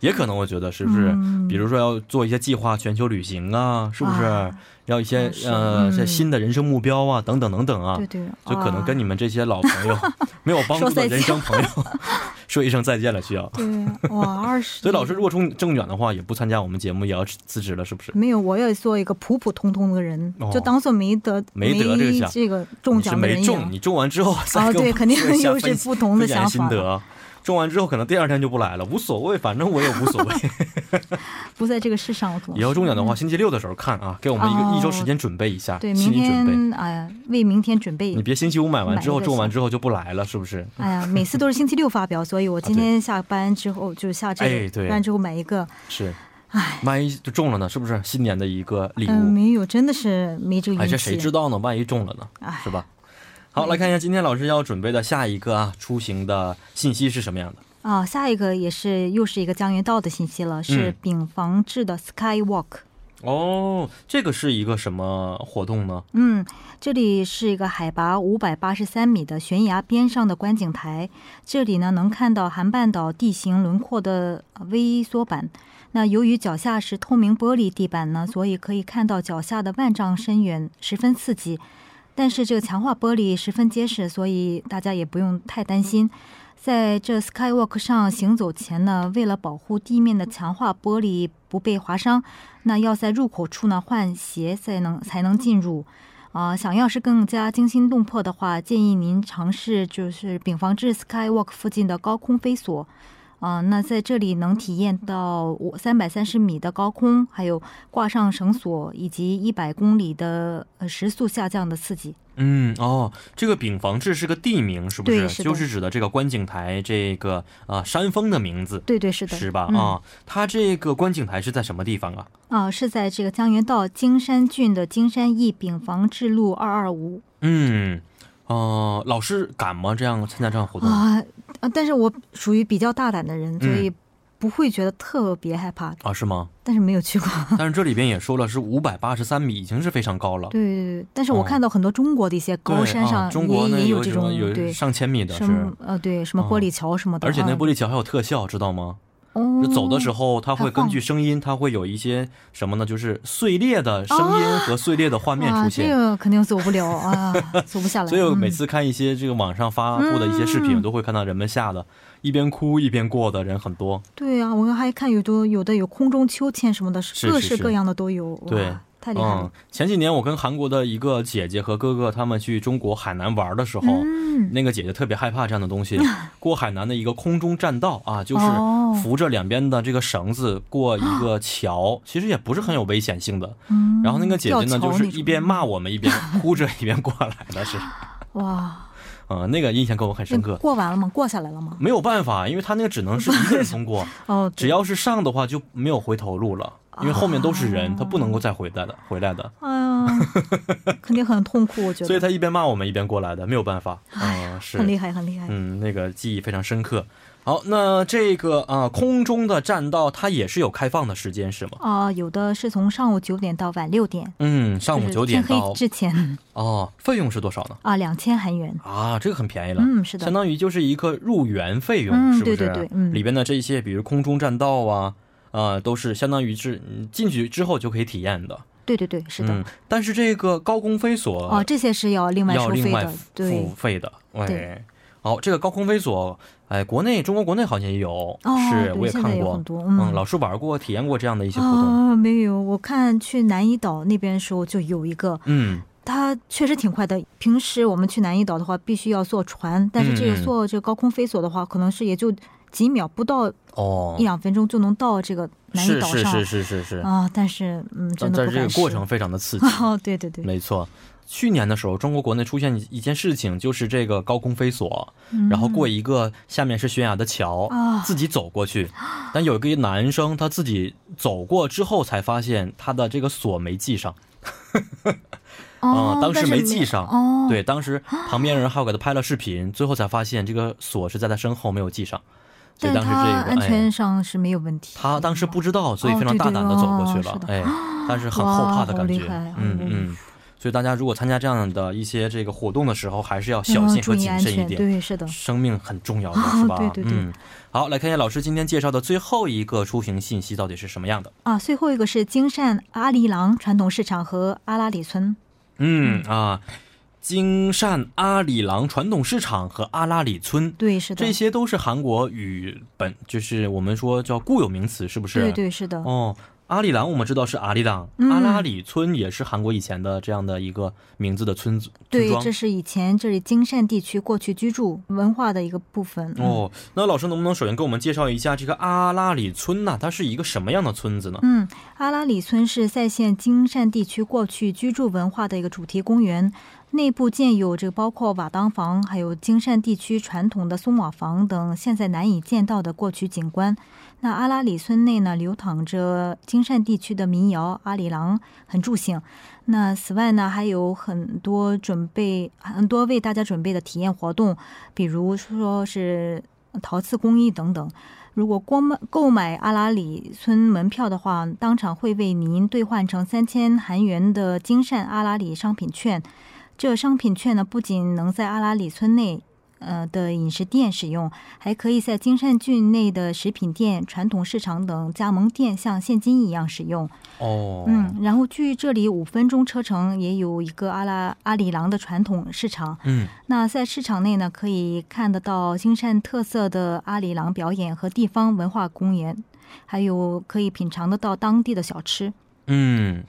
A: 也可能，我觉得是不是？
E: 嗯
A: 比如说要做一些计划，全球旅行啊，是不是？
E: 啊
A: 要一些
E: 是
A: 呃，
E: 嗯
A: 这新的人生目标啊，等等等等啊。
E: 对对，
A: 就可能跟
E: 你
A: 你们这些老朋友 没有帮助
E: 说再
A: 的
E: 见
A: 人生 朋友说一声再见了，需要。
E: 对哇二 十，
A: 所以老师，如果中中奖的话，也不参加我们节目，也要辞职了，是不是？
E: 没有，我也做一个普普通通的人，
A: 哦
E: 就当做没得
A: 没得这个
E: 这
A: 奖
E: 个中奖的
A: 你是
E: 人
A: 没
E: 一
A: 中，
E: 样。
A: 你中完之后再
E: 哦
A: 跟我
E: 对
A: 们
E: 肯定
A: 说一下
E: 又是
A: 分析
E: 不同的
A: 分享
E: 想法
A: 心得。中完之后可能第二天就不来了，无所谓，反正我也无 所谓。
E: 不在这个世上，我可能
A: 也要中奖的话，星期六的时候看啊，给我们一个、
E: 哦
A: 一周时间准备一下，
E: 嗯对
A: 心
E: 明
A: 理准备。
E: 天哎呀，为明天准备
A: 你。别星期五买完之后
E: 买一个
A: 中完之后就不来了，是不是？
E: 哎呀，每次都是星期六发表，所以我今天下班之后就下这
A: 啊哎
E: 个，
A: 对
E: 班之后买一个，
A: 是，
E: 哎，
A: 万一就中了呢？是不是新年的一个礼
E: 嗯，
A: 物？
E: 没有，真的是没这个运
A: 哎，
E: 气。
A: 这谁知道呢？万一中了呢
E: 哎？
A: 是吧？好，来看一下今天老师要准备的下一个啊，出行的信息是什么样的？
E: 啊，下一个也是又是一个江原道的信息了，是
A: 嗯
E: 丙房制的 Skywalk。
A: 哦，这个是一个什么活动呢？
E: 嗯，这里是一个海拔五百八十三米的悬崖边上的观景台，这里呢能看到韩半岛地形轮廓的呃微缩版。那由于脚下是透明玻璃地板呢，所以可以看到脚下的万丈深渊，十分刺激。但是这个强化玻璃十分结实，所以大家也不用太担心。在这 Skywalk 上行走前呢，为了保护地面的强化玻璃不被划伤，那要在入口处呢换鞋才能才能进入。啊、想要是更加惊心动魄的话，建议您尝试就是丙房至 Skywalk 附近的高空飞索。啊、那在这里能体验到五三百三十米的高空，还有挂上绳索以及一百公里的呃时速下降的刺激。
A: 嗯，哦，这个丙房制是个地名，是不是？
E: 对是的
A: 就是指的这个观景台这个啊、山峰的名字。
E: 对对，是的，
A: 是吧？啊、
E: 嗯
A: 它这个观景台是在什么地方啊？
E: 啊、是在这个江原道金山郡的金山驿丙房至路二二五。
A: 嗯，呃，老师敢吗？这样参加这样活动？
E: 啊、啊但是我属于比较大胆的人，
A: 嗯
E: 所以不会觉得特别害怕，
A: 啊，是吗？
E: 但是没有去过。
A: 但是这里边也说了，是五百八十三米，已经是非常高了。
E: 对对对，但是我
A: 哦
E: 看到很多中国的一些高
A: 对
E: 山上也、
A: 啊、中国呢
E: 也
A: 有
E: 这
A: 种
E: 种
A: 有
E: 对
A: 上千米的
E: 什么
A: 是，
E: 呃对什么
A: 嗯
E: 玻璃桥什么的，
A: 而且那
E: 啊
A: 玻璃桥还有特效，知道吗？
E: 哦
A: 就走的时候，它会
E: 还晃
A: 根据声音，它会有一些什么呢？就是碎裂的声音和碎裂的画面出
E: 啊，这
A: 现。
E: 个肯定走不了啊， 走不下 来。
A: 所以我每
E: 嗯
A: 次看一些这个网上发布的一些视频，
E: 嗯
A: 我都会看到人们吓得一边哭一边过的人很多。
E: 对啊，我还看有多有的有空中秋千什么的，
A: 是
E: 各
A: 是
E: 式
A: 是
E: 各样的都有，哇
A: 对
E: 太厉害
A: 嗯
E: 了。，
A: 前几年我跟韩国的一个姐姐和哥哥他们去中国海南玩的时候，
E: 嗯，
A: 那个姐姐特别害怕这样的东 西，过海南的一个空中栈道啊，就是
E: 哦啊
A: 扶着两边的这个绳子过一个桥，其实也不是很有危险性的。
E: 嗯
A: 然后那个姐姐
E: 吊
A: 呢，
E: 桥
A: 就是
E: 那种
A: 一边骂我们一 边哭着一边过来的是，
E: 哇，
A: 嗯、那个印象给我很深
E: 那
A: 刻。
E: 过完了吗？过下来了吗？
A: 没有办法，因为他那个只能是一个人通过，
E: 哦，
A: 只要是上的话就没有回头路了，
E: 啊
A: 因为后面都是人，他不能够再回来的，回来的。
E: 哎呀，肯定很痛苦，我觉
A: 所以
E: 得。
A: 他一边骂我们一边过来的，没有办法。嗯、是
E: 很厉害，很厉害。
A: 嗯，那个记忆非常深刻。好，那这个啊、空中的栈道它也是有开放的时间是吗？
E: 啊、有的是从上午九点到晚六点，
A: 嗯，上午
E: 就是
A: 九点
E: 天
A: 到
E: 黑之前
A: 哦，费用是多少呢？
E: 啊，两千韩元。
A: 啊，这个很便宜了，
E: 嗯，是的
A: 相，当于就是一个入园费用，
E: 嗯
A: 是不是？
E: 对对对嗯
A: 里边的这些，比如空中栈道啊，啊，都是相当于是你进去之后就可以体验的。
E: 对对对，是的。
A: 嗯，但是这个高空飞索
E: 哦，这些是要另外
A: 要
E: 收
A: 另
E: 费
A: 外
E: 的
A: 付，
E: 对
A: 付，费的。哎
E: 对，
A: 好，这个高空飞索，哎，国内中国国内好像也有，
E: 哦
A: 是
E: 对
A: 我也
E: 现在
A: 看
E: 有
A: 过
E: 很多
A: 嗯
E: 嗯
A: 老师玩过、体验过这样的一些活动。
E: 啊，没有，我看去南怡岛那边的时候就有一个，
A: 嗯，
E: 它确实挺快的。平时我们去南怡岛的话，必须要坐船，但是这
A: 嗯
E: 个坐这个高空飞索的话，可能是也就几秒，不到
A: 哦
E: 一，两分钟就能到这个南怡
A: 是
E: 岛
A: 是
E: 上
A: 是是是是，
E: 啊。但是，嗯，真
A: 但
E: 的
A: 但
E: 不
A: 是这
E: 敢
A: 个过
E: 试
A: 程。非常的刺激，
E: 哦，对对对，
A: 没错。去年的时候，中国国内出现一件事情，就是这个高空飞索，
E: 嗯
A: 然后过一个下面是悬崖的桥，
E: 啊
A: 自己走过去。但有一个男生他自己走过之后，才发现他的这个锁没系上。
E: 哦
A: 啊，当
E: 但
A: 时
E: 是
A: 没系上
E: 哦，
A: 对，当时旁边人还有给他拍了视频，最后才发现这个锁是在他身后没有系上，所以当
E: 但
A: 时
E: 它
A: 这
E: 安
A: 个哎
E: 全，上是没有问题。
A: 他当时不知道，所以
E: 哦
A: 非常
E: 对对
A: 大胆的走过去了
E: 哦，是的
A: 哎，但是很后怕的
E: 哇
A: 感觉
E: 好厉害，
A: 嗯
E: 哦
A: 嗯。所以大家如果参加这样的一些这个活动的时候，还是要小
E: 嗯
A: 心
E: 注
A: 和
E: 意
A: 谨
E: 安
A: 慎一
E: 全，
A: 点，
E: 对，是的。
A: 生命很重要的
E: 哦
A: 是吧？
E: 对对对
A: 嗯，好，来看一下老师今天介绍的最后一个出行信息到底是什么样的。
E: 啊，最后一个是京善阿里郎传统市场和阿拉里村。
A: 嗯啊，金善阿里郎传统市场和阿拉里村
E: 对，是的，
A: 这些都是韩国语本，就是我们说叫固有名词，是不是？
E: 对。对是的。
A: 哦，阿里郎我们知道是阿里郎，
E: 嗯
A: 阿拉里村也是韩国以前的这样的一个名字的村子村
E: 对，
A: 庄
E: 这。是以前这里京善地区过去居住文化的一个部分。嗯，
A: 哦，那老师能不能首先给我们介绍一下这个阿拉里村呐、它是一个什么样的村子呢？
E: 嗯，阿拉里村是塞县京善地区过去居住文化的一个主题公园，内部建有这个包括瓦当房，还有京善地区传统的松瓦房等现在难以见到的过去景观。那阿拉里村内呢，流淌着京善地区的民谣阿里郎，很助兴。那此外呢，还有很多准备很多为大家准备的体验活动，比如说是陶瓷工艺等等。如果光买购买阿拉里村门票的话，当场会为您兑换成三千韩元的金善阿拉里商品券。这商品券呢，不仅能在阿拉里村内。呃的饮食店使用，还可以在金善郡内的食品店、传统市场等加盟店像现金一样使用。
A: 哦，
E: 嗯，然后距这里五分钟车程也有一个阿拉阿里郎的传统市场，
A: 嗯
E: 那在市场内呢，可以看得到金善特色的阿里郎表演和地方文化公园，还有可以品尝得到当地的小吃。
A: 嗯，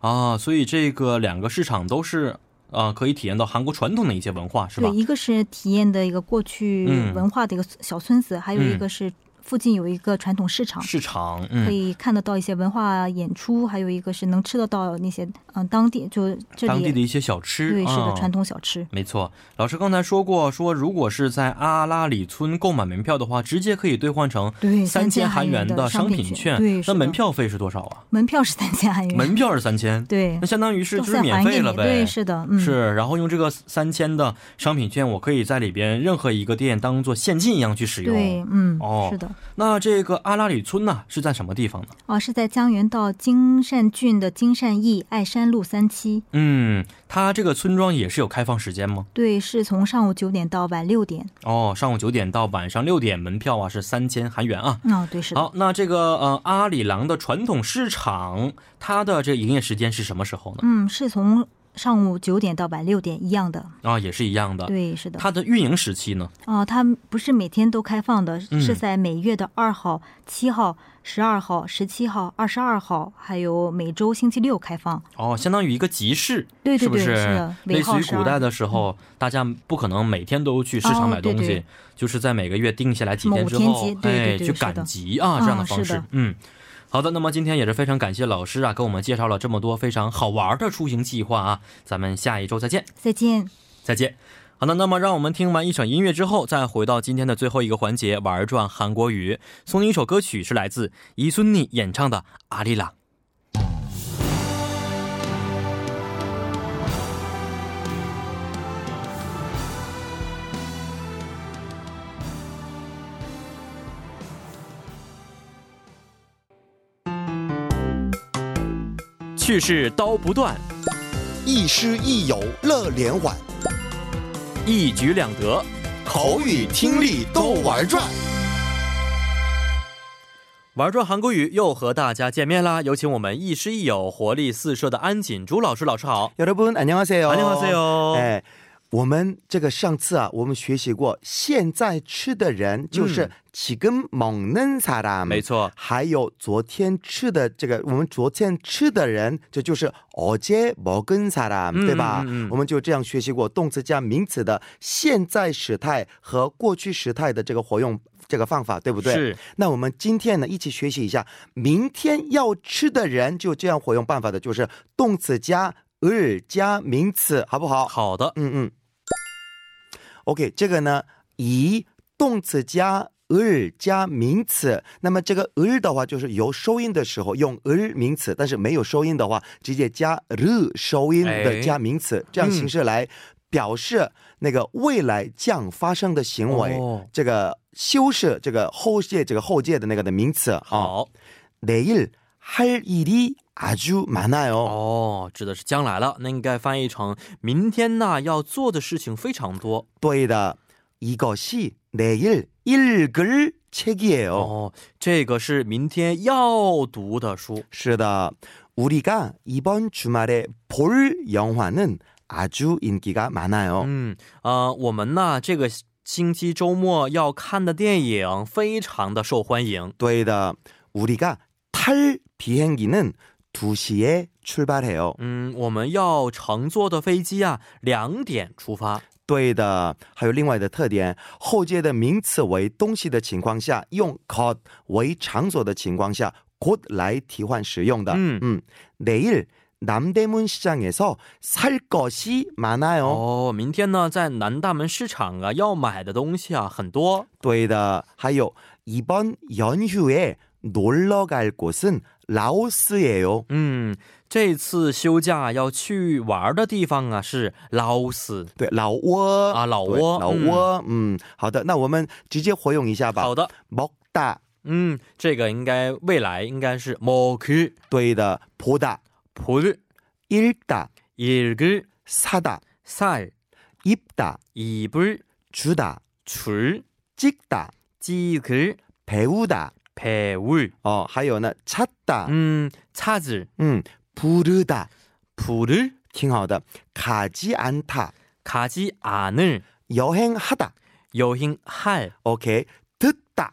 A: 啊，所以这个两个市场都是啊、可以体验到韩国传统的一些文化，是吧
E: 对，？一个是体验的一个过去
A: 嗯
E: 文化的一个小村子，还有一
A: 嗯
E: 个是附近有一个传统市场，
A: 市场，
E: 可
A: 嗯，
E: 以看得到一些文化演出，还有一个是能吃得到那些嗯当地就这里
A: 当地的一些小吃，
E: 对是的
A: 嗯
E: 传统小吃。
A: 没错，老师刚才说过，说如果是在阿拉里村购买门票的话，直接可以兑换成
E: 对
A: 三
E: 千
A: 千韩元
E: 的
A: 商
E: 品
A: 券。
E: 对，是
A: 那
E: 的
A: 门票费是多少啊？
E: 门票是三千韩 元，
A: 门票是三千，
E: 对
A: 那，相当于是
E: 都
A: 就是
E: 再
A: 免
E: 还给
A: 费了
E: 你
A: 呗。
E: 对，是的，嗯，
A: 是然后用这个三千的商品券，我可以在里边任何一个店当做现金一样去使用。
E: 对，嗯，
A: 哦
E: 是的，
A: 那这个阿拉里村呢、是在什么地方呢？
E: 哦，是在江原道金善郡的金善驿爱山路三期，
A: 嗯，它这个村庄也是有开放时间吗？
E: 对，是从上午九点到晚六点。
A: 哦，上午九点到晚上六点，门票啊是三千韩元啊。
E: 哦，对，是的。
A: 好，那这个呃阿里郎的传统市场，它的这营业时间是什么时候呢？
E: 嗯，是从上午九点到晚六点一样的。
A: 啊，也是一样的。
E: 对，是的。
A: 它的运营时期呢？
E: 哦，它不是每天都开放的，
A: 嗯
E: 是在每月的二号、七号、十二号、十七号、二十二号，还有每周星期六开放。
A: 哦，相当于一个集市，
E: 对对
A: 是不
E: 对
A: 是？
E: 是的
A: 类似
E: 尾号
A: 于
E: 是
A: 古代
E: 二
A: 的时候，大家不可能每天都去市场
E: 哦
A: 买东西，
E: 对对
A: 就是在每个月定下来几天之
E: 某
A: 后
E: 天集，对对
A: 哎，去
E: 对是的
A: 赶集啊这样的
E: 嗯
A: 方
E: 是
A: 式。
E: 的
A: 嗯，好的，那么今天也是非常感谢老师啊，给我们介绍了这么多非常好玩的出行计划啊，咱们下一周再见。
E: 再见。
A: 再见。好的，那么让我们听完一首音乐之后，再回到今天的最后一个环节——玩转韩国语。送你一首歌曲，是来自伊孙妮演唱的《阿里郎》。去世刀不断，
G: 亦师亦友乐连环，
A: 一举两得。
G: 口语听力都玩转。
A: 玩转韩国语又和大家见面啦！有请我们亦师亦友、活力四射的安锦珠老师，老师好。哎
G: 여러분 안녕하세요.
A: E 안녕하세요.
G: 哎，我们这个上次啊，我们学习过，现在吃的人就是
A: 嗯
G: 几根猛嫩사람，
A: 没。错，
G: 还有昨天吃的这个，我们昨天吃的人，这就是어제먹은사람，
A: 嗯
G: 对吧？
A: 嗯嗯嗯
G: 我们就这样学习过动词加名词的现在时态和过去时态的这个活用这个方法，对不嗯对？
A: 是。
G: 那我们今天呢，一起学习一下明天要吃的人，就这样活用办法的，就是动词加日加名词，好不好？
A: 好的，
G: 嗯嗯。OK，这个呢，以动词加日加名词。那么这个日的话，就是有收音的时候用日名词，但是没有收音的话，直接加日收音
A: 哎
G: 的加名词，这样形式来表示那个未来将发生的行为。
A: 哦
G: 这个修饰这个后界这个后界的那个的名词啊。
A: 好
G: 내일할일이아주많아요。
A: 哦，指的是将来了，那应该翻译成明天呐要做的事情非常多
G: 对的，이것이내일읽을책이에요。
A: 哦。这个是明天要读的书，
G: 是的，우리가이번주말에볼영화는 아주 인기가 많아요.
A: 嗯呃，我们呢这个星期周末要看的电影非常的受欢迎。
G: 对的, 우리가 탈 비행기는 2시에 출발해요.
A: 嗯，我们要乘坐的飞机啊，两点出发。
G: 对的，还有另外的特点，后接的名词为东西的情况下，用 got 为场所的情况下，got 来替换使用的。
A: 嗯
G: 嗯，내일남대문시장에서살것이많아요。
A: 哦，明天呢，在南大门市场啊，要买的东西啊很多。
G: 对的，还有이번연휴에놀러갈곳은라오스예요。
A: 嗯，这次休假要去玩的地方啊是老斯。
G: 对，老挝
A: 啊老
G: 对
A: 挝
G: 老
A: 嗯
G: 挝，嗯好的，那我们直接活用一下吧。
A: 好
G: 的，
A: 的，
G: 먹다，
A: 嗯，这个应该未来应该是먹기
G: 对的，보다，
A: 보르
G: 읽다，
A: 읽을
G: 사다，
A: 살
G: 입다。
A: 입을
G: 주다,
A: 줄
G: 찍다,
A: 찍을
G: 배우다.
A: 배울.
G: 어, 还有呢, 찾다, 음,
A: 음, 찾을
G: 부르다.
A: 부를
G: 挺好的. 가지 않다,
A: 가지 않을
G: 여행하다.
A: 여행할
G: 오케이. 듣다,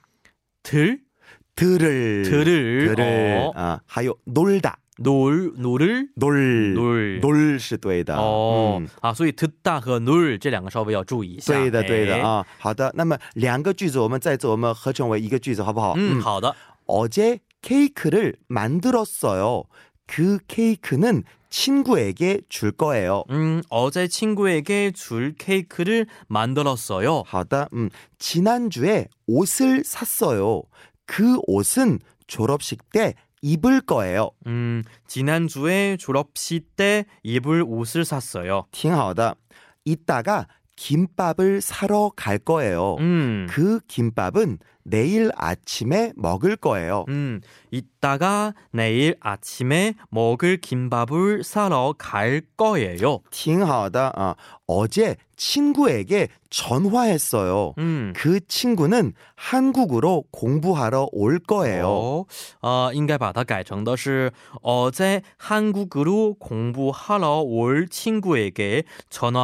A: 들
G: 들을.
A: 들을
G: 예. 들을.
A: 어.
G: 아, 还有 놀다.
A: 놀 놀을 어.
G: 놀
A: 놀
G: 놀是 음. 对的
A: 哦、
G: 嗯
A: 啊，所以 t 大和 nul 这两个稍微要注意一下。
G: 对的，对的
A: 哎。
G: 啊。好的，那么两个句子我们再次我们合成为一个句子，好不好？
A: 嗯，好的。
G: 어제 케이크를 만들었어요. 그 케이크는 친구에게 줄 거예요.
A: 음, 어제 친구에게 줄 케이크를 만들었어요.
G: 好的，嗯， 음, 지난주에옷을샀어요。그옷은졸업식때입을거예요。
A: 음, 지난주에 졸업식 때 입을 옷을 샀어요.
G: 挺好的。이따가김밥을사러갈거예요。
A: 음.
G: 그김밥은내일아침에먹을거예요。
A: 음, 이따가 내일 아침에 먹을 김밥을 사러 갈 거예요.
G: 挺好的啊。어제친구에게전화했어요。
A: 음.
G: 그 친구는 한국으로 공부하러 올 거예요.
A: 어, 어, 应该把它改成的是哦 어제 한국으로 공부하러 올 친구에게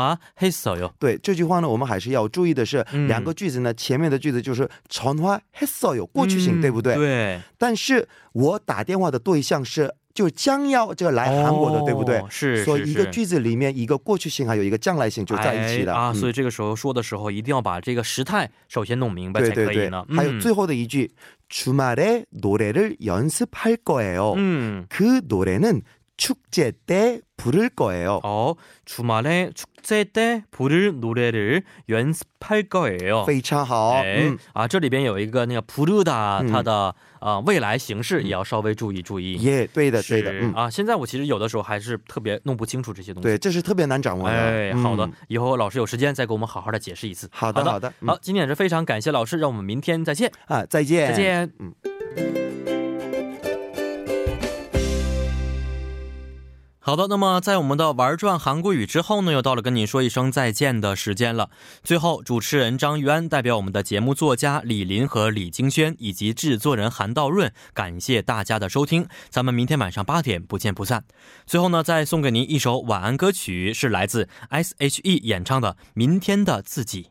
A: 전화했어요.
G: 对这句话呢，我们还是要注意的是，
A: 嗯
G: 네, 两个句子呢，前面的句子就是전화했어요过去型，对不对？
A: 음。 嗯对，
G: 但是我打电话的对象是就将要这个来韩国的，对不对
A: 哦？是，
G: 所
A: 是
G: 以一个
A: 是
G: 句子里面一个过去型还有一个将来型就在一起的嗯
A: 哎啊，所
G: 以
A: 以这个时候说的时候，一定要把这个时态首先弄明白
G: 对
A: 才
G: 对
A: 可以
G: 对
A: 呢。，
G: 还有最后的一句，주말에노래를연습할거예요。
A: 嗯，嗯
G: 그노래는축제때부를거예요。
A: 哦，주말에축제때부를노래를연습할거예요。
G: 非常好，
A: 哎
G: 嗯，
A: 啊，这里边有一个那个부르다，
G: 嗯
A: 它的啊未来形式也要稍微注意注意。
G: 耶、对的，对的，
A: 是
G: 嗯，
A: 啊，现在我其实有的时候还是特别弄不清楚这些东西。
G: 음. 네, 对，这是特别难掌握的。
A: 哎，好的
G: 嗯，
A: 以后老师有时间再给我们好好的解释一次。
G: 好的，好的，嗯
A: 好，今天也是非常感谢老师，让我们明天再见，
G: 啊，再见，
A: 再。见。
G: 嗯
A: 好的，那么在我们的玩转韩国语之后呢，又到了跟你说一声再见的时间了。最后，主持人张玉安代表我们的节目作家李林和李京轩以及制作人韩道润，感谢大家的收听。咱们明天晚上八点不见不散。最后呢，再送给您一首晚安歌曲，是来自 S.H.E 演唱的《明天的自己》。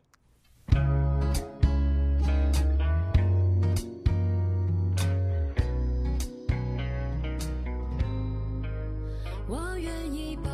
H: 我愿意保